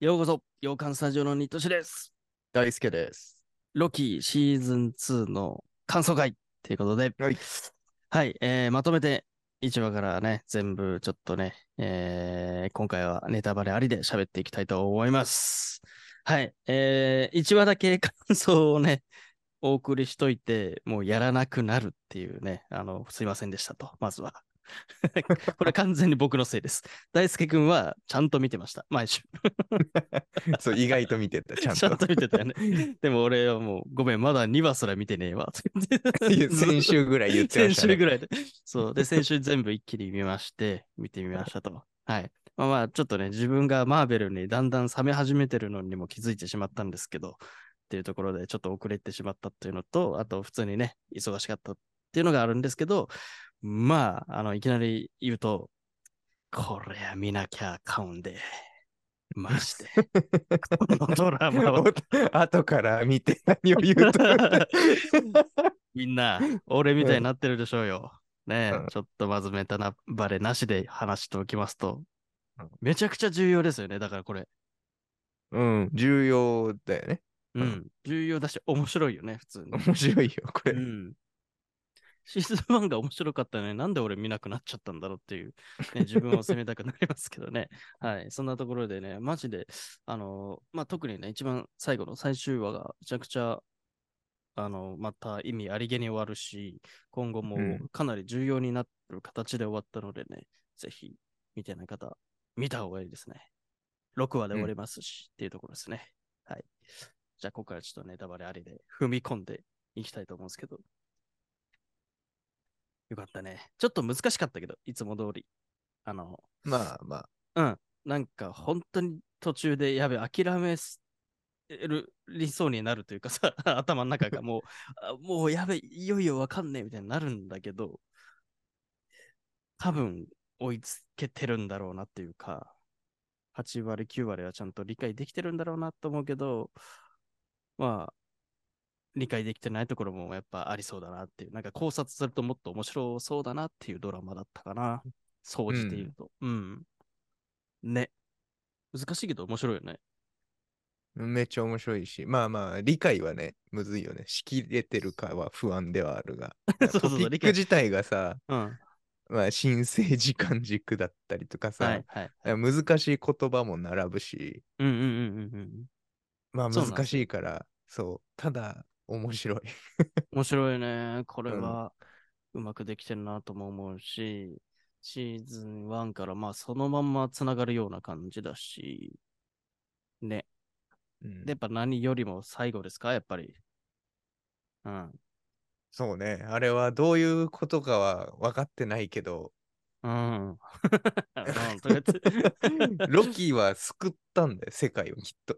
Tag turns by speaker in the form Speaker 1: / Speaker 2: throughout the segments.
Speaker 1: ようこそ、洋館スタジオのニットシです。
Speaker 2: 大輔です。
Speaker 1: ロキシーズン2の感想会ということで、
Speaker 2: はい。
Speaker 1: はい、えーまとめて1話からね、全部ちょっとね、えー今回はネタバレありで喋っていきたいと思います。はい、え1話だけ感想をね、お送りしといて、もうやらなくなるっていうね、あの、すいませんでしたと、まずは。これ完全に僕のせいです。大輔くんはちゃんと見てました、毎週。
Speaker 2: そう、意外と見てた、ちゃん
Speaker 1: ちゃんと
Speaker 2: と。
Speaker 1: 見てたよね。でも俺はもう、ごめん、まだ2話すら見てねえわ。とか
Speaker 2: い
Speaker 1: 言っ
Speaker 2: や
Speaker 1: て
Speaker 2: 先週ぐらい言ってま
Speaker 1: 先
Speaker 2: した、
Speaker 1: 週
Speaker 2: ね。
Speaker 1: ぐらいで。そう。 で、先週全部一気に見まして、見てみましたと。はい。まあまあ、ちょっとね、自分がマーベルにだんだん冷め始めてるのにも気づいてしまったんですけど、っていうところでちょっと遅れてしまったっていうのと、あと普通にね、忙しかったっていうのがあるんですけど、まあ、あの、いきなり言うと、これは見なきゃあかうんで、まして、 このドラマは
Speaker 2: お後から見て何を言うと。
Speaker 1: みんな、俺みたいになってるでしょうよ。ねえ、
Speaker 2: うん
Speaker 1: ちょっとまずメタなバレなしで話しておきますと
Speaker 2: うん、
Speaker 1: めちゃくちゃ重要ですよね、だからこれ。
Speaker 2: うん、重要だよね。
Speaker 1: う
Speaker 2: うん
Speaker 1: ん、重要だし、面白いよね、普通に。
Speaker 2: 面白いよ、こ
Speaker 1: う
Speaker 2: れ。
Speaker 1: ん。シーズン1が面白かったのになんで俺見なくなっちゃったんだろうっていう、ね、自分を責めたくなりますけどね。はい。そんなところでね、マジで、あのまあ、特にね、一番最後の最終話がめちゃくちゃ、あのまた意味ありげに終わるし、今後も
Speaker 2: うん
Speaker 1: かなり重要になる形で終わったのでね、ぜひ見てない方、見た方がいいですね。6話で終わりますし、っていうところですね。はい。じゃあ、ここからちょっとネタバレありで踏み込んでいきたいと思うんですけど。よかったね。ちょっと難しかったけど、いつも通り。あの、
Speaker 2: まあまあ。
Speaker 1: なんか本当に途中でやべ、諦めする理想になるというかさ、頭の中がもう、あもうやべ、いよいよわかんねえみたいになるんだけど、多分追いつけてるんだろうなっていうか、8割、9割はちゃんと理解できてるんだろうなと思うけど、まあ、理解できてないところもやっぱありそうだなっていう、なんか考察するともっと面白そうだなっていうドラマだったかな、総じて言うと。うんね。難しいけど面白いよね。
Speaker 2: めっちゃ面白いし、まあまあ、理解はね、むずいよね。しきれてるかは不安ではあるが。
Speaker 1: そうそうそう
Speaker 2: トピッ
Speaker 1: 理
Speaker 2: ク
Speaker 1: 解
Speaker 2: 自体がさ、
Speaker 1: うん。
Speaker 2: まあ、新生時間軸だったりとか
Speaker 1: は
Speaker 2: さ
Speaker 1: い、はい。
Speaker 2: 難しい言葉も並ぶし、
Speaker 1: うんうんうんうんうん。
Speaker 2: まあ
Speaker 1: そうなんですよ
Speaker 2: 難しいから、そう、ただ面白い。
Speaker 1: 面白いね。これ
Speaker 2: うん
Speaker 1: はうまくできてるなとも思うし、シーズン1からまあそのまんまつながるような感じだし、ね。
Speaker 2: うん
Speaker 1: で、やっぱ何よりも最後ですかやっぱり。 うん。
Speaker 2: そうね、あれはどういうことかは分かってないけど、
Speaker 1: うん。うんとりあえず
Speaker 2: ロキは救ったんだよ、世界をきっと。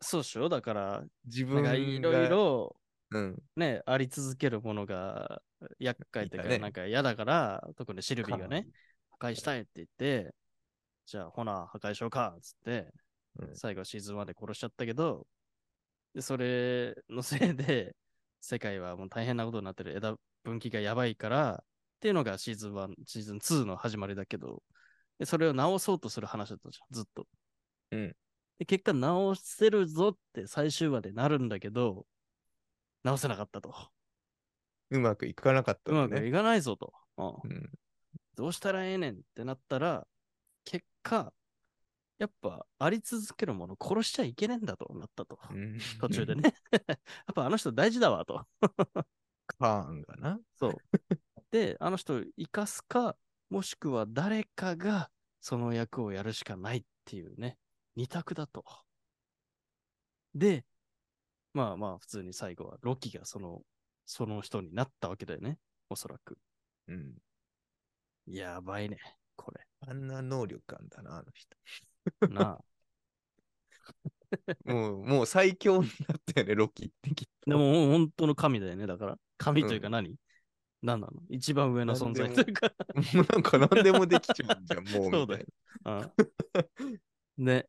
Speaker 1: そうっしょだから、
Speaker 2: 自
Speaker 1: な
Speaker 2: 分
Speaker 1: んか
Speaker 2: が。
Speaker 1: いろいろ
Speaker 2: うん、
Speaker 1: ね、あり続けるものが厄介という
Speaker 2: い
Speaker 1: か、
Speaker 2: いかね
Speaker 1: なんか嫌だから、特にシルビーがね、破壊
Speaker 2: い
Speaker 1: したいって言って、じゃあ、ほな、破壊しようか、つって、
Speaker 2: うん
Speaker 1: 最後シーズン1で殺しちゃったけど、で、それのせいで、世界はもう大変なことになってる枝分岐がやばいから、っていうのがシーズン1、シーズン2の始まりだけど、で、それを直そうとする話だったじゃん、ずっと。
Speaker 2: うん
Speaker 1: で、結果直せるぞって最終話でなるんだけど、直せなかったと。
Speaker 2: うまくいかなかった
Speaker 1: うんま
Speaker 2: だよ
Speaker 1: く
Speaker 2: ね。
Speaker 1: いかないぞと。うん
Speaker 2: うん、
Speaker 1: どうしたらええねんってなったら、結果、やっぱあり続けるもの殺しちゃいけねえんだとなったと。
Speaker 2: うん
Speaker 1: 途中で。ね。 やっぱあの人大事だわと。
Speaker 2: カーンがな。
Speaker 1: そう。で、あの人を生かすか、もしくは誰かがその役をやるしかないっていうね、二択だと。で、まあまあ普通に最後はロキがその、その人になったわけだよね。おそらく。
Speaker 2: うん、
Speaker 1: やばいね、これ。
Speaker 2: あんな能力あんだな、あの人。
Speaker 1: なあ。
Speaker 2: もう、もう最強になったよね、ロキってきっ
Speaker 1: でも、もう本当の神だよね。だから、神というか
Speaker 2: うん
Speaker 1: 何、何なの一番上の存在
Speaker 2: 何
Speaker 1: とい
Speaker 2: でも
Speaker 1: うか、
Speaker 2: と。もうなんか何でもできちゃうんじゃん、もう。
Speaker 1: そう
Speaker 2: み
Speaker 1: だよ
Speaker 2: たい。
Speaker 1: うんね。っ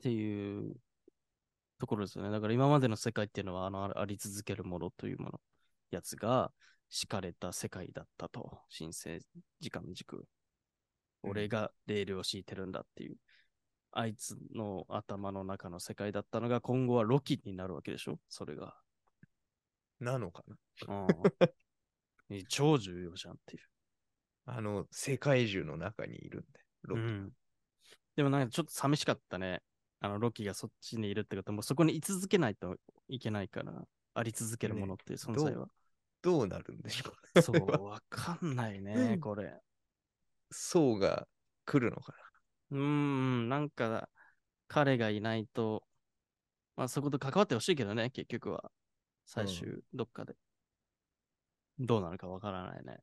Speaker 1: ていうところですよね。だから今までの世界っていうのは、あの、ああり続けるものというもの、やつが敷かれた世界だったと。神聖時間軸。
Speaker 2: うん
Speaker 1: 俺がレールを敷いてるんだっていう。あいつの頭の中の世界だったのが、今後はロキになるわけでしょそれが。
Speaker 2: なのかな
Speaker 1: うん。超重要じゃんっていう。
Speaker 2: あの、世界中の中にいるんで、ロキ。
Speaker 1: うんでもなんかちょっと寂しかったね。あの、ロキがそっちにいるってことはもうそこに居続けないといけないから、あり続けるものっていう存在は。
Speaker 2: どうなるんでしょう
Speaker 1: そ
Speaker 2: れは
Speaker 1: う、わかんないね、これ。
Speaker 2: 層が来るのか
Speaker 1: うーん、なんか、彼がいないと、まあそこと関わってほしいけどね、結局は。最終、どっかで。どうなるかわからないね、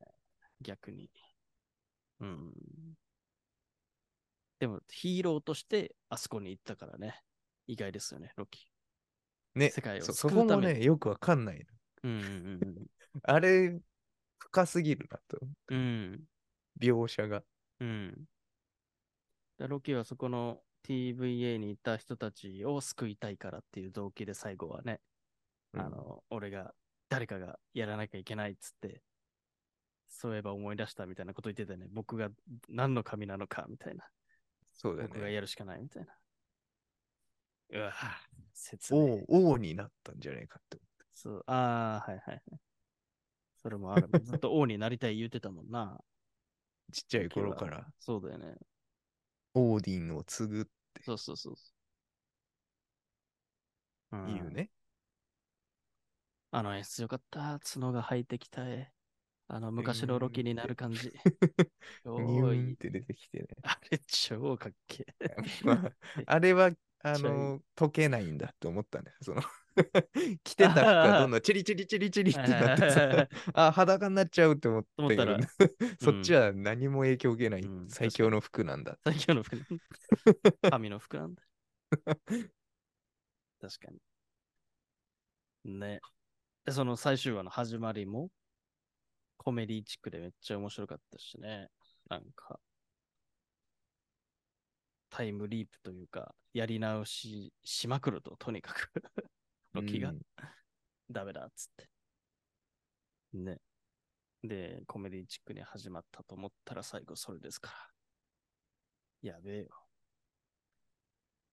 Speaker 1: 逆に。うん。でも、ヒーローとして、あそこに行ったからね。意外ですよね、ロキ。
Speaker 2: な。ね、
Speaker 1: 世界を
Speaker 2: そ
Speaker 1: 救
Speaker 2: そうこ
Speaker 1: た
Speaker 2: も
Speaker 1: めに
Speaker 2: ね、よくわかんないな。
Speaker 1: うんうん
Speaker 2: あれ、深すぎるなと。
Speaker 1: うんうん。うん。
Speaker 2: 描写が。
Speaker 1: うん。だロキはそこの TVA にいた人たちを救いたいからっていう動機で最後はね、
Speaker 2: うん
Speaker 1: あの、俺が、誰かがやらなきゃいけないっつって、そういえば思い出したみたいなこと言ってたよね。僕が何の神なのかみたいな。
Speaker 2: そうだ
Speaker 1: 僕が
Speaker 2: ね。
Speaker 1: やるしかないみたいな。うわぁ、説明。
Speaker 2: 王王になったんじゃないかって。
Speaker 1: そう、ああ、はいはいはい。それもある。 ずっと王になりたい言ってたもんな。
Speaker 2: ちっちゃい頃から、
Speaker 1: そうだよね。
Speaker 2: オーディンを継ぐって
Speaker 1: そうそうそうそう。ん
Speaker 2: いうね。
Speaker 1: あの演出よかった。角が生えてきた絵。あの昔のロキになる感 じ。お
Speaker 2: ニューン
Speaker 1: い
Speaker 2: っ、て出てきて ね。
Speaker 1: あれ超かっけえ。
Speaker 2: まあ、あれは、あ
Speaker 1: ちょ
Speaker 2: の、解けないんだって思ったね。その、 着てた服がどんどんチリチリチリチリってなっ てさ、あ、裸になっちゃうって思ったけど
Speaker 1: 思っ
Speaker 2: そっちは何も影響を受けない
Speaker 1: うん
Speaker 2: 最強の服なんだ。
Speaker 1: 最強の服。神の服なんだ。確かに。ね。で、その最終話の始まりも、コメディチックでめっちゃ面白かったしね。なんか、タイムリープというか、やり直ししまくると、とにかく。 ロキが
Speaker 2: うん
Speaker 1: ダメだっつって。ね。で、コメディチックに始まったと思ったら最後それですから。やべえよ。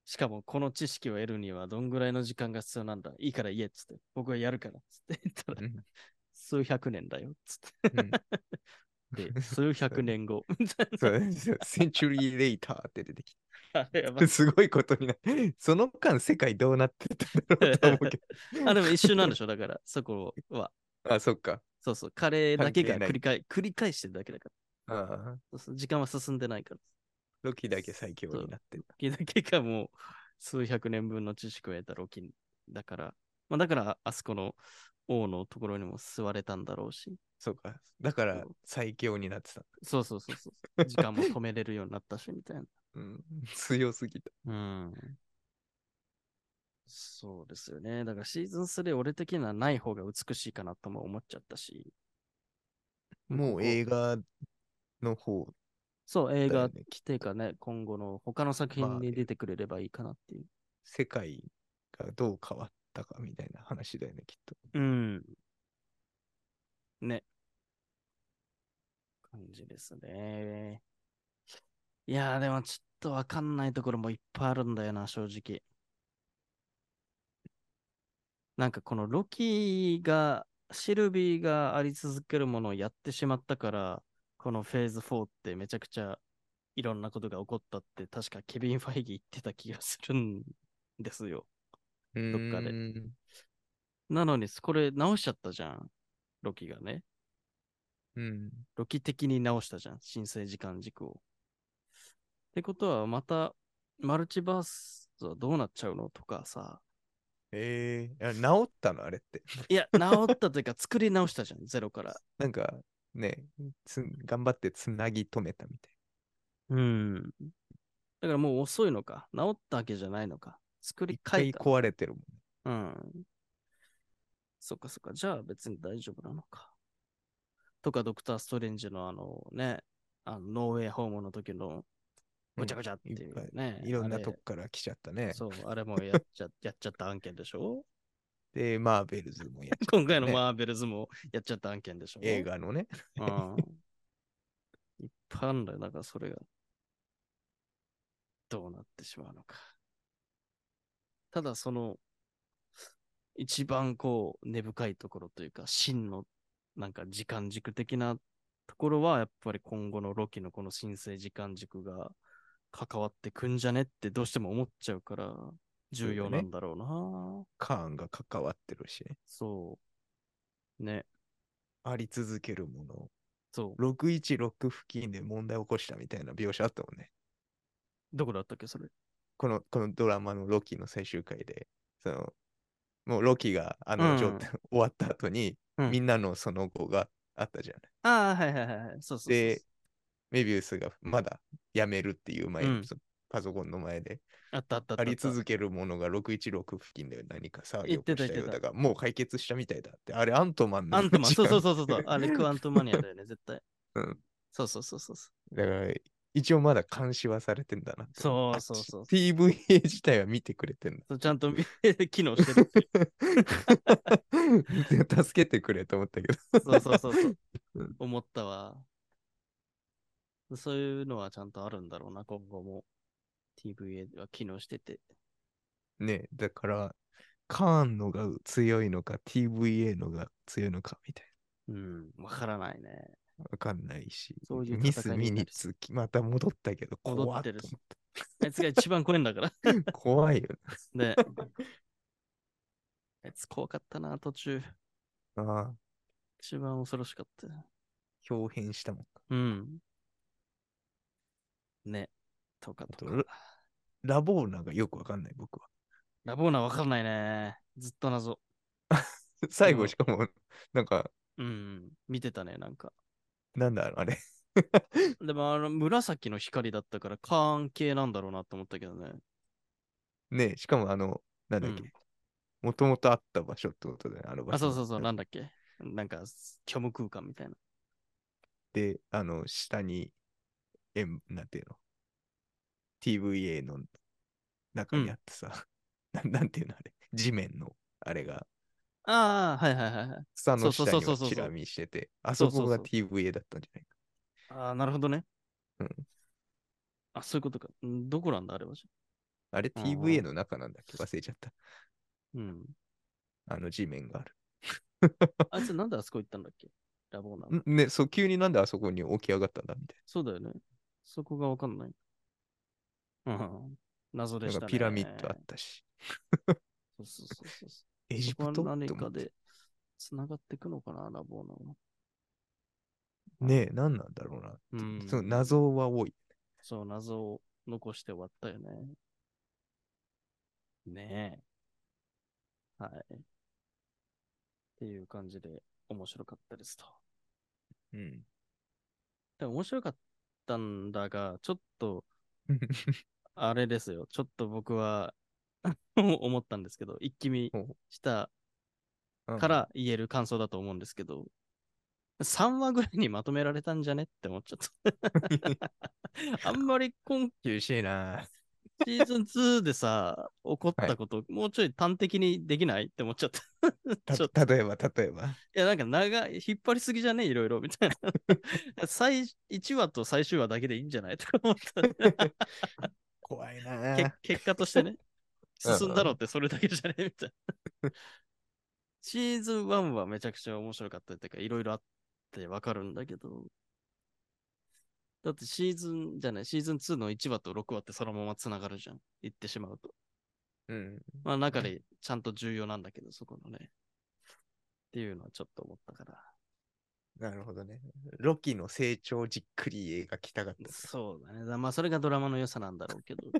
Speaker 1: しかも、この知識を得るにはどんぐらいの時間が必要なんだいいから言えっつって。僕はやるからっつって言ったら、
Speaker 2: うん
Speaker 1: 数百年だよっつっ
Speaker 2: うん
Speaker 1: て。 で、数百年後。みたい
Speaker 2: そうですセンチュリーレイターって出てき
Speaker 1: なあれやば
Speaker 2: て、すごいことになる。その間、世界どうなってたんだろうと思うけど。
Speaker 1: あ、でも一瞬なんでしょだから、そこは。
Speaker 2: あ、そっか。
Speaker 1: そうそう。カレーだけが
Speaker 2: 関係ない
Speaker 1: 繰り返繰り返してるだけだから
Speaker 2: ああ。
Speaker 1: そうそう時間は進んでないから。
Speaker 2: ロキだけ最強になってた。
Speaker 1: ロキだけがもう数百年分の知識を得たロキだから、まあ、だからあそこの王のところにも座れたんだろうし、
Speaker 2: そうか。だから
Speaker 1: そう
Speaker 2: 最強になってた。
Speaker 1: そうそうそうそう、時間も止めれるようになったし、み たいな。
Speaker 2: うん、強すぎた。
Speaker 1: うん。そうですよね。だからシーズン3、俺的にはない方が美しいかなとも思っちゃったし、
Speaker 2: もう映画の方。
Speaker 1: そう、映
Speaker 2: だ
Speaker 1: 画
Speaker 2: よ
Speaker 1: っ
Speaker 2: ね
Speaker 1: ていうかね、今後の他の作
Speaker 2: ま
Speaker 1: 品
Speaker 2: あ
Speaker 1: に
Speaker 2: ね
Speaker 1: 出てくれればいいかなっていう。
Speaker 2: 世界がどう変わったかみたいな話だよね、きっと。
Speaker 1: うん。ね。感じですね。いやー、でもちょっとわかんないところもいっぱいあるんだよな、正直。なんかこのロキが、シルビーがあり続けるものをやってしまったから、このフェーズ4ってめちゃくちゃいろんなことが起こったって、確かケビン・ファイギー言ってた気がするんですよ。どっかで
Speaker 2: うーん
Speaker 1: なのに、これ直しちゃったじゃん。ロキがね。
Speaker 2: うん。
Speaker 1: ロキ的に直したじゃん。申請時間軸を。ってことは、また、マルチバースはどうなっちゃうのとかさ。
Speaker 2: えー、あ治ったのあれって。
Speaker 1: いや、直ったというか、 作り直したじゃん。ゼロから。
Speaker 2: なんかね、つ頑張ってつなぎ止めたみたい。
Speaker 1: うん。だからもう遅いのか。直ったわけじゃないのか。作り
Speaker 2: 一
Speaker 1: 変
Speaker 2: 回
Speaker 1: えた。
Speaker 2: 壊れてるもん。
Speaker 1: うん。そっかそっか。じゃあ別に大丈夫なのか。とか、ドクター・ストレンジのあのね、あのノーウェイホームの時のごちゃごちゃっていうね。
Speaker 2: いろんな
Speaker 1: あれ
Speaker 2: とこから来ちゃったね。
Speaker 1: そう、あれもやっちゃやっちゃった案件でし ょ
Speaker 2: で、マーベルズもや っちゃったね
Speaker 1: 今回のマーベルズもやっちゃった案件でしょ
Speaker 2: 映。画のね。
Speaker 1: うん。いっぱいあるんだよ、だからそれが。どうなってしまうのか。ただ、その、一番こう、根深いところというか、真の、なんか時間軸的なところは、やっぱり今後のロキのこの申請時間軸が関わってくんじゃねってどうしても思っちゃうから、重要なんだろうな。
Speaker 2: カーンが関わってるし、
Speaker 1: そう。ね、
Speaker 2: あり続けるもの。
Speaker 1: そう。
Speaker 2: 616付近で問題を起こしたみたいな描写あったもんね。
Speaker 1: どこだったっけ、それ。
Speaker 2: この、このドラマのロキの最終回で、その、もうロキがあの状態、終わった後に、
Speaker 1: うん
Speaker 2: みんなのその後があったじゃない。
Speaker 1: ああ、はいはいはいはい。そうそうそうそう
Speaker 2: で、メビウスがまだ辞めるっていう前、
Speaker 1: うん
Speaker 2: そパソコンの前で、
Speaker 1: あったあったあったあった。
Speaker 2: あり続けるものが616付近で何か騒ぎ
Speaker 1: 言
Speaker 2: を
Speaker 1: っ
Speaker 2: 起
Speaker 1: て
Speaker 2: こ
Speaker 1: た
Speaker 2: したよ
Speaker 1: 言
Speaker 2: う
Speaker 1: って
Speaker 2: だ
Speaker 1: た
Speaker 2: が、もう解決したみたいだって。あれ、アントマンの
Speaker 1: アントマン、そうそう
Speaker 2: う。
Speaker 1: そうそうそう。あれ、クアントマニアだよね、絶対。
Speaker 2: うん
Speaker 1: そうそうそうそうそ
Speaker 2: だから、一応まだ監視はされてんだな。
Speaker 1: そうそうそう
Speaker 2: あ TVA 自体は見てくれて んだ。
Speaker 1: う。ちゃんと見機能してる。
Speaker 2: 助けてくれと思ったけど。
Speaker 1: そうそうそうそう
Speaker 2: うん。
Speaker 1: 思ったわ。そういうのはちゃんとあるんだろうな、今後も。TVA は機能してて。
Speaker 2: ねだから、カーンのが強いのか、TVA のが強いのかみたい
Speaker 1: うん、わからないね。
Speaker 2: な。わかんないし。
Speaker 1: そういう
Speaker 2: ミス
Speaker 1: 戦い
Speaker 2: ミ
Speaker 1: にな
Speaker 2: ニ
Speaker 1: るし
Speaker 2: ツ、また戻ったけど、怖
Speaker 1: 戻
Speaker 2: っ
Speaker 1: っ
Speaker 2: と
Speaker 1: て
Speaker 2: 思
Speaker 1: る
Speaker 2: っ
Speaker 1: し。あいつが一番怖いんだ から。
Speaker 2: た。 怖いよね。
Speaker 1: ね。あいつ怖かったな、途中。
Speaker 2: ああ、
Speaker 1: 一番恐ろしかった。
Speaker 2: 表変したもん。
Speaker 1: うん。ね。とかと
Speaker 2: あとル
Speaker 1: か。
Speaker 2: ラボーナがよくわかんない、僕は。
Speaker 1: ラボーナわかんないね。ずっと謎。
Speaker 2: 最後しかも、なんか、
Speaker 1: うん。見てたね、なんか。
Speaker 2: なんだあれ。
Speaker 1: でも、あの、紫の光だったから、カーン系なんだろうなと思ったけどね。
Speaker 2: ねしかもあの、なんだっ
Speaker 1: う
Speaker 2: け
Speaker 1: ん。
Speaker 2: もともとあった場所ってことだよね、あの場所。
Speaker 1: あ、そうそうそう、なんだっけ。なんか、虚無空間みたいな。
Speaker 2: で、あの、下に、えん、なんていうの ?TVA の中にあってさ、 なん、なんていうのあれ地面の、あれが、
Speaker 1: ああ、はいはいはいはい。
Speaker 2: 草の
Speaker 1: そ
Speaker 2: 下
Speaker 1: うそう
Speaker 2: に
Speaker 1: そう
Speaker 2: は
Speaker 1: そうそう
Speaker 2: チラ見してて、あそこが
Speaker 1: そう
Speaker 2: TVA だったんじゃないか。
Speaker 1: ああ、なるほどね。
Speaker 2: うん。
Speaker 1: あ、そういうことか。んどこなんだ、あれは。
Speaker 2: あれ
Speaker 1: うんうん
Speaker 2: TVA の中なんだっけ忘れちゃった。
Speaker 1: うん。
Speaker 2: あの地面がある。
Speaker 1: あいつなんであそこ行ったんだっけラボーナ。
Speaker 2: んね、そう、急になんであそこに起き上がったんだみたい
Speaker 1: そうだよね。そこがわかんない。うん。謎で
Speaker 2: な。
Speaker 1: し
Speaker 2: な
Speaker 1: た
Speaker 2: ん
Speaker 1: ね。
Speaker 2: かピラミッドあったし、
Speaker 1: そうそうそうそうそう。
Speaker 2: エジ
Speaker 1: そこ
Speaker 2: プ
Speaker 1: は
Speaker 2: ト
Speaker 1: 何
Speaker 2: と思
Speaker 1: か
Speaker 2: って
Speaker 1: で繋がっていくのかな、ラボーナは。
Speaker 2: ねえ、何なんだろうな。
Speaker 1: うん
Speaker 2: その謎は多い。
Speaker 1: そう、謎を残して終わったよね。ねえ。はい。っていう感じで面白かったですと。
Speaker 2: うん。
Speaker 1: でも面白かったんだが、ちょっと、あれですよ。ちょっと僕は 思ったんですけど、一気見
Speaker 2: ほ
Speaker 1: したか、ら言える感想だと思うんですけど、3話ぐらいにまとめられたんじゃねって思っちゃった。あんまり今
Speaker 2: 厳しいな。
Speaker 1: シーズン2でさ、起こったこと、もうちょい端的にできないって思っちゃった。い
Speaker 2: た
Speaker 1: ちょっ
Speaker 2: 例えば、例え ば。
Speaker 1: や、なんか長い、引っ張りすぎじゃねいろいろ、みたいな。最、1話と最終話だけでいいんじゃないとか思った。
Speaker 2: 怖いな
Speaker 1: け。結果としてね、
Speaker 2: うん
Speaker 1: 進んだのってそれだけじゃねみたいな。 シーズン1はめちゃくちゃ面白かったっていうか、いろいろあってわかるんだけど、だってシーズンじゃない、シーズン2の1話と6話ってそのままつながるじゃん。言ってしまうと。
Speaker 2: うん。
Speaker 1: まあ中でちゃんと重要なんだけど、そこのね。っていうのはちょっと思ったから。
Speaker 2: なるほどね。ロキの成長をじっくり描きたかった。
Speaker 1: そうだね。だまあそれがドラマの良さなんだろう けど。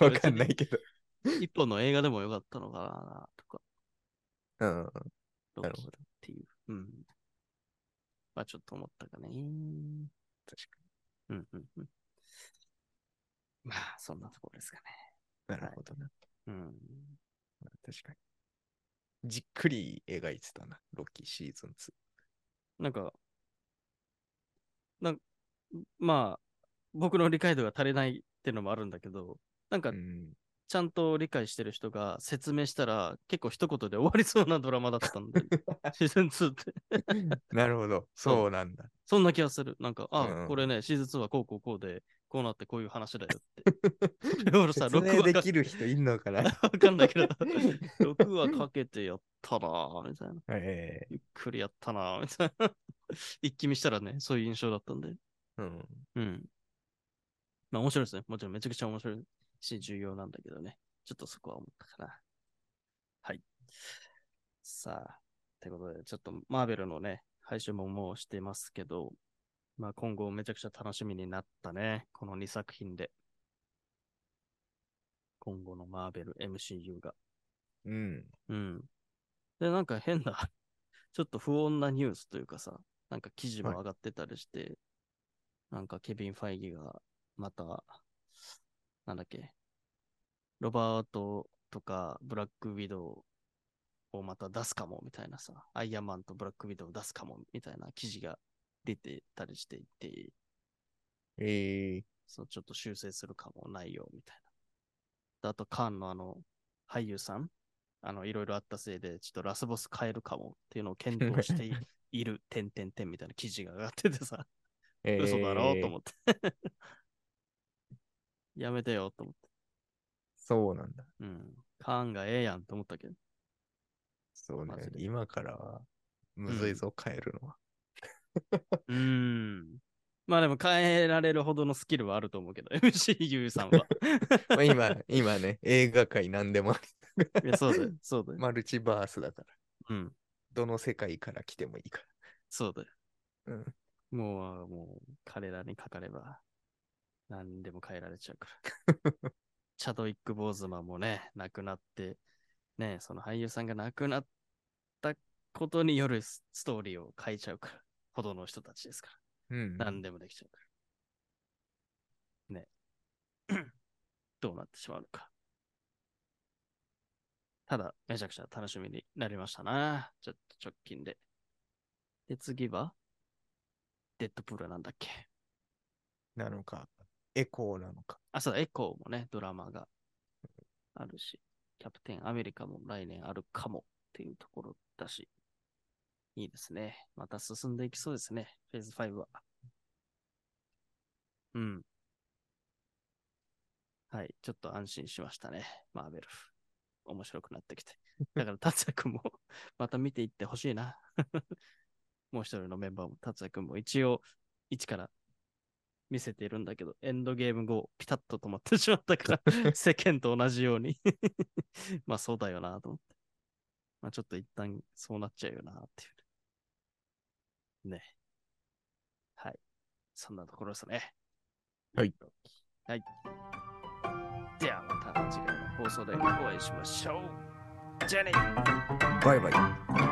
Speaker 2: わかんないけど。
Speaker 1: 一本の映画でもよかったのかな、とか。
Speaker 2: うん。
Speaker 1: ロ
Speaker 2: なる
Speaker 1: キ
Speaker 2: ほど。
Speaker 1: っていう。うん。まあちょっと思ったかね。
Speaker 2: 確か
Speaker 1: うんうんうん。まあそんなところですかね。
Speaker 2: に。なるほどな。
Speaker 1: うん。
Speaker 2: 確かに。じっくり描いてたな。ロキシーズン
Speaker 1: なんか、なんまあ僕の理解度が足りないっていうのもあるんだけど、なんか
Speaker 2: 2。うん。
Speaker 1: ちゃんと理解してる人が説明したら結構一言で終わりそうなドラマだった んで、シーズン2って。
Speaker 2: なるほど。そうなんだ。
Speaker 1: そんな気がする。なんか、あ、
Speaker 2: うんうん
Speaker 1: これね、シーズン2はこうこうこうで、こうなってこういう話だよって。 それをさ、
Speaker 2: 説
Speaker 1: 6
Speaker 2: 明
Speaker 1: 話
Speaker 2: で
Speaker 1: か
Speaker 2: きる人いんの かな
Speaker 1: わかんない けど、6話かけてやったなぁ、みたいな。
Speaker 2: え
Speaker 1: ゆっくりやったなぁ、みたいな。一気見したらね、そういう印象だったんで。
Speaker 2: えうん。
Speaker 1: うん。まあ面白いですね。もちろんめちゃくちゃ面白いし、重要なんだけどね。ちょっとそこは思ったかな。はい。さあ、ということで、ちょっとマーベルのね、配信ももうしてますけど、まあ今後めちゃくちゃ楽しみになったね。この2作品で。今後のマーベル MCU が。
Speaker 2: うん。
Speaker 1: うん。で、なんか変な、 ちょっと不穏なニュースというかさ、なんか記事も
Speaker 2: はい
Speaker 1: 上がってたりして、なんかケビン・ファイギがまた、なんだっけ、ロバートとかブラック・ウィドウをまた出すかもみたいなさ、アイアンマンとブラック・ウィドウを出すかもみたいな記事が出てたりしていて、
Speaker 2: ええ
Speaker 1: そうちょっと修正するかも内容みたいな。であと、カーンのあの、俳優さん、あの、いろいろあったせいで、ちょっとラスボス変えるかもっていうのを検討していいる、てんてんてんみたいな記事が上がっててさ、
Speaker 2: ええ
Speaker 1: 嘘だろうと思って。 やめてよと思って。
Speaker 2: そうなんだ。
Speaker 1: うん。カーンがええやんと思ったけど。
Speaker 2: そうね
Speaker 1: マジ。で
Speaker 2: 今からは、むずいぞ、変えるのは。
Speaker 1: うーん。まあでも変えられるほどのスキルはあると思うけど、MCU さんは。
Speaker 2: ま あ今、今ね、映画界何でもある。
Speaker 1: いや、そうだよ。そうだよ。
Speaker 2: マルチバースだから。
Speaker 1: うん。
Speaker 2: どの世界から来てもいいか
Speaker 1: そうだよ。
Speaker 2: うん。
Speaker 1: もう、もう、彼らにかかれば、何でも変えられちゃうから。チャドウィック・ボーズマンもね、亡くなって、ね、その俳優さんが亡くなったことによるスストーリーを変えちゃうから、ほどの人たちですから
Speaker 2: うん。
Speaker 1: ら、何でもできちゃうから。 ね。どうなってしまうのか。ただ、めちゃくちゃ楽しみになりましたな。ちょっと直近で。で、次はデッドプールなんだっけ
Speaker 2: なのか、エコーなのか。
Speaker 1: あ、そうだ、エコーもね、ドラマがあるし、キャプテンアメリカも来年あるかもっていうところだし、いいですね。また進んでいきそうですね、フェーズ5は。うん。はい、ちょっと安心しましたね、マーベル。面白くなってきて。だから、達也くんも、また見ていってほしいな。 もう一人のメンバーも、達也くんも一応、一から見せているんだけど、エンドゲーム後、ピタッと止まってしまったから、世間と同じように。 まあそうだよなと思って。まあちょっと一旦そうなっちゃうよなっていう。ね。はい。そんなところですね。
Speaker 2: はい。
Speaker 1: はい。ではまた次回の放送でお会いしましょう。じゃあね
Speaker 2: バイバイ。